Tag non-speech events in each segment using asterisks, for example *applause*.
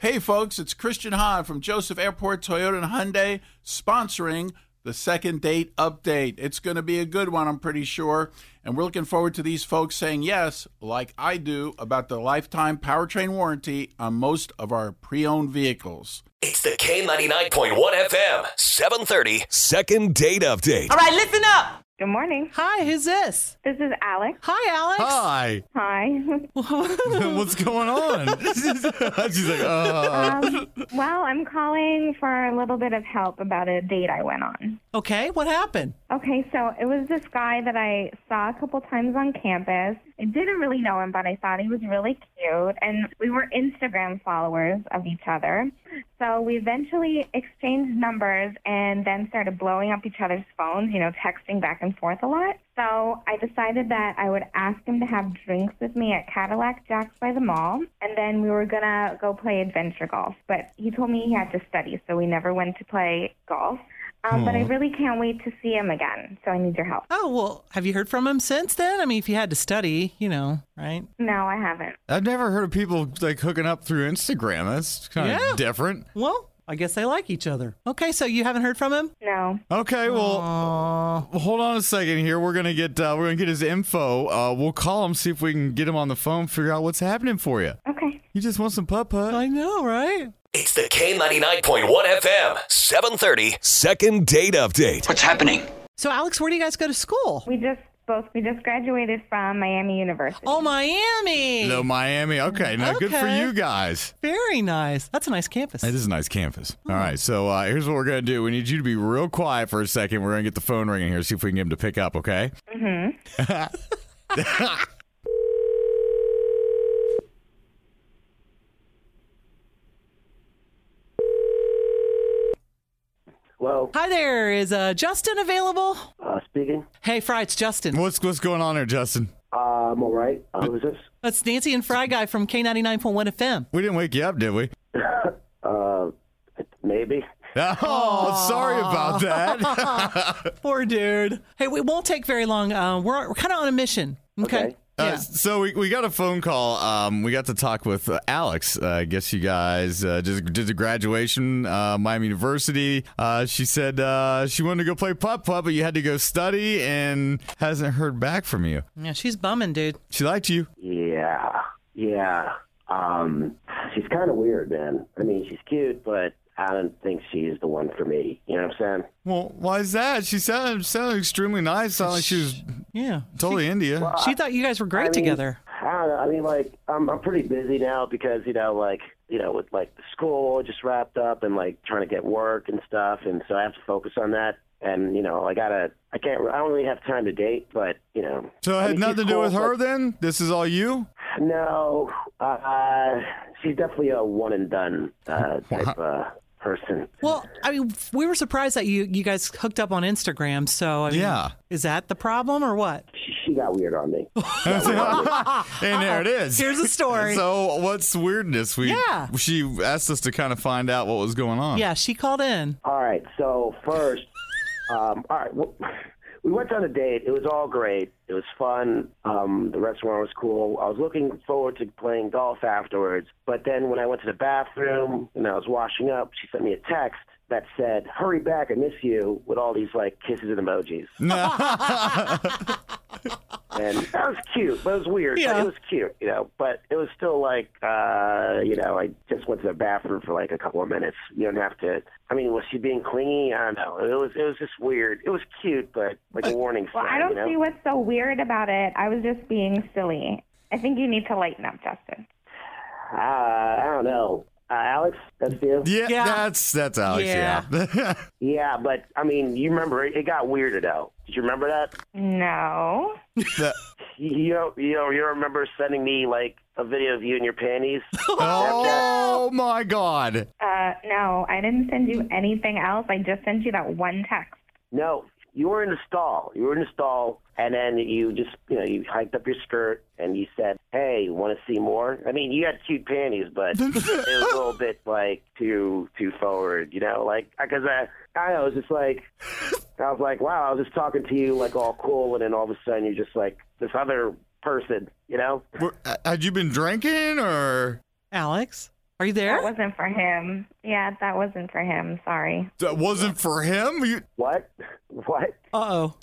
Hey, folks, it's Christian Hahn from Joseph Airport Toyota and Hyundai sponsoring the second date update. It's going to be a good one, I'm pretty sure. And we're looking forward to these folks saying yes, like I do, about the lifetime powertrain warranty on most of our pre owned vehicles. It's the K99.1 FM, 730. Second date update. All right, listen up. Good morning. Hi, who's this? This is Alex. Hi, Alex. Hi. Hi. *laughs* What's going on? *laughs* She's like, uh. Um, well, I'm calling for a little bit of help about a date I went on. Okay, what happened? Okay, so it was this guy that I saw a couple times on campus. I didn't really know him, but I thought he was really cute. And we were Instagram followers of each other. So we eventually exchanged numbers and then started blowing up each other's phones, you know, texting back and forth a lot. So I decided that I would ask him to have drinks with me at Cadillac Jack's by the mall. And then we were going to go play adventure golf. But he told me he had to study, so we never went to play golf. Um, But I really can't wait to see him again. So I need your help. Oh, well, have you heard from him since then? I mean, if you had to study, you know, right? No, I haven't. I've never heard of people like hooking up through Instagram. That's kind of Yeah. different. Well, I guess they like each other. Okay, so you haven't heard from him? No. Okay, well, Aw. hold on a second here. We're gonna get uh, we're gonna get his info. Uh, we'll call him, see if we can get him on the phone, figure out what's happening for you. Okay. You just want some putt putt. I know, right? It's the K99.1 FM, 730. Second date update. What's happening? So, Alex, where do you guys go to school? We just both, we just graduated from Miami University. Oh, Miami. No, Miami. Okay, now good for Okay. you guys. Very nice. That's a nice campus. It is a nice campus. All Hmm. right, so uh, here's what we're gonna do. We need you to be real quiet for a second. We're gonna get the phone ringing here, see if we can get him to pick up. Okay. Hello, Hi there. Is uh, Justin available? uh, speaking. Hey, Fry, it's Justin. What's what's going on there, Justin? Uh, I'm all right. Uh, who's this? That's Nancy and Fry Guy from K99.1 FM. We didn't wake you up, did we? *laughs* Uh, maybe. Oh, sorry about that. Poor dude. Hey, we won't take very long. Uh, we're we're kind of on a mission. Okay. Okay. Yeah. Uh, so we, we got a phone call. Um, we got to talk with uh, Alex. Uh, I guess you guys uh, just did the graduation, uh, Miami University. Uh, she said uh, she wanted to go play putt putt, but you had to go study and hasn't heard back from you. yeah, she's bumming, dude. She liked you. Yeah, yeah. Um, she's kind of weird, man. I mean, she's cute, but I don't think she's the one for me. You know what I'm saying? Well, why is that? She sounded, sounded extremely nice. Sounded like she was Yeah. totally into you. She thought you guys were great Uh, I mean, together. I don't know. I mean, like, I'm I'm pretty busy now because you know, like, you know, with like the school just wrapped up and like trying to get work and stuff, and so I have to focus on that. And you know, I gotta, I can't, I don't really have time to date, but you know. So it I had mean, nothing to she's do cool, with her but- then? This is all you? No, uh, she's definitely a one and done uh, type uh, person. Well, I mean, we were surprised that you you guys hooked up on Instagram. So I mean, Yeah. is that the problem or what? She, she got weird on me. *laughs* and there it is. Here's the story. So what's weirdness? We Yeah. she asked us to kind of find out what was going on. Yeah, she called in. All right, so first, um, all right, well, we went on a date. It was all great. It was fun. Um, the restaurant was cool. I was looking forward to playing golf afterwards. But then when I went to the bathroom and I was washing up, she sent me a text that said, "Hurry back, I miss you," with all these like kisses and emojis. *laughs* and that was cute, but it was weird. Yeah. But it was cute, you know. But it was still like, uh, you know, I just went to the bathroom for like a couple of minutes. You don't have to. I mean, was she being clingy? I don't know. It was it was just weird. It was cute, but like a warning Well, sign. I don't you know? see what's so weird about it. I was just being silly. I think you need to lighten up, Justin. Uh, I don't know. Uh, Alex, that's you. Yeah, Yeah. that's that's Alex. Yeah. Yeah, *laughs* Yeah, but I mean, you remember it, it got weirder though. Did you remember that? No. That- You you don't, you don't, you don't remember sending me like a video of you in *laughs* your panties? oh my God! Uh, no, I didn't send you anything else. I just sent you that one text. No, you were in the stall. You were in the stall, and then you just, you know, you hiked up your skirt and you said, "Hey, want to see more?" I mean, you had cute panties, but it was a little bit like too too forward, you know, like because I I was just like I was like, wow, I was just talking to you like all cool, and then all of a sudden you're just like this other person, you know? uh, Were- had you been drinking or? Alex, Are you Oh, That there? wasn't for him. Yeah, that wasn't for him. Sorry. That wasn't for him. You, What? *laughs* What? Uh oh.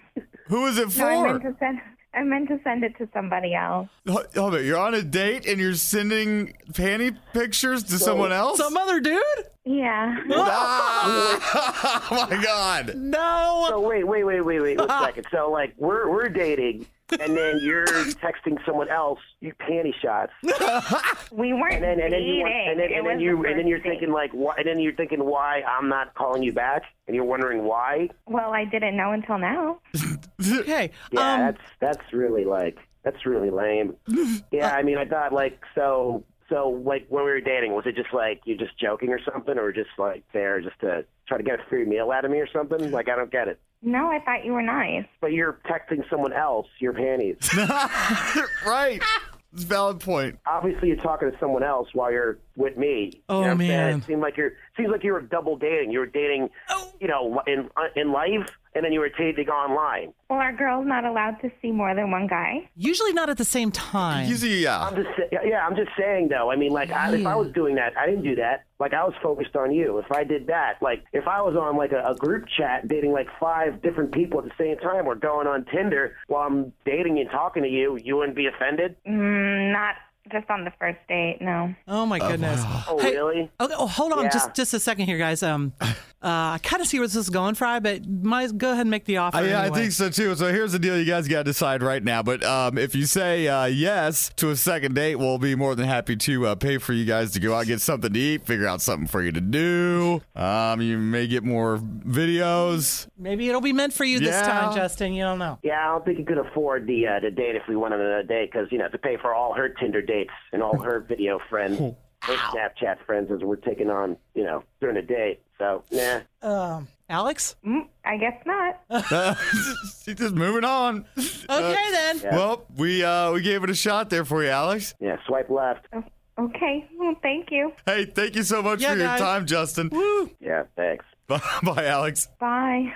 who was it No, I for? meant to send. I meant to send it to somebody else. Hold hold on, you're on a date and you're sending panty pictures to someone else? Some other dude? Yeah. *laughs* *laughs* Ah! oh my god. No. So wait, wait, wait, wait, wait, one second. So like we're we're dating, and then you're texting someone else you panty shots, We weren't and then and then dating. you want- and then, It and then was you the and then you're first date. thinking like why, and then you're thinking why I'm not calling you back, and you're wondering why. Well, I didn't know until now. Okay. Yeah, um, that's that's really like that's really lame. yeah, I mean, I thought like so so like when we were dating, was it just like you're just joking or something, or just like there just to try to get a free meal out of me or something? Like I don't get it. No, I thought you were nice. But you're texting someone else your panties. right. It's a valid point. Obviously, you're talking to someone else while you're with me. Oh, you know what I'm saying? man. Oh. it seemed like you're seems like you were double dating. You were dating, you know, in uh, in life, and then you were dating online. Well, are girls not allowed to see more than one guy? usually not at the same time. You see, yeah. I'm just sa- yeah, I'm just saying though. I mean, like I, if I was doing that, I didn't do that. Like I was focused on you. If I did that, like if I was on like a, a group chat dating like five different people at the same time, or going on Tinder while I'm dating and talking to you, you wouldn't be offended. Mm, Not just on the first date. No. Oh my goodness. Oh, Hey, really? Okay, oh, hold on Yeah. just just a second here, guys. Um, uh, I kind of see where this is going, Fry, but might go ahead and make the offer. I, yeah, I anyway. think so too. So here's the deal: you guys got to decide right now. But um, if you say uh, yes to a second date, we'll be more than happy to uh, pay for you guys to go out get something to eat, figure out something for you to do. Um, you may get more videos. *laughs* Maybe it'll be meant for you this Yeah. time, Justin. You don't know. Yeah, I don't think you could afford the uh, the date if we went on another date because you know to pay for all her Tinder dates and all her video friends, her Snapchat friends as we're taking on you know during a date. So nah. Um, Alex? Mm, I guess not. She's just moving on. Okay, then. Well, we uh, we gave it a shot there for you, Alex. Yeah, swipe left. Okay. Well, thank you. Hey, thank you so much Yeah, *laughs* for your guys. time, Justin. Yeah, thanks. Bye, Alex. Bye.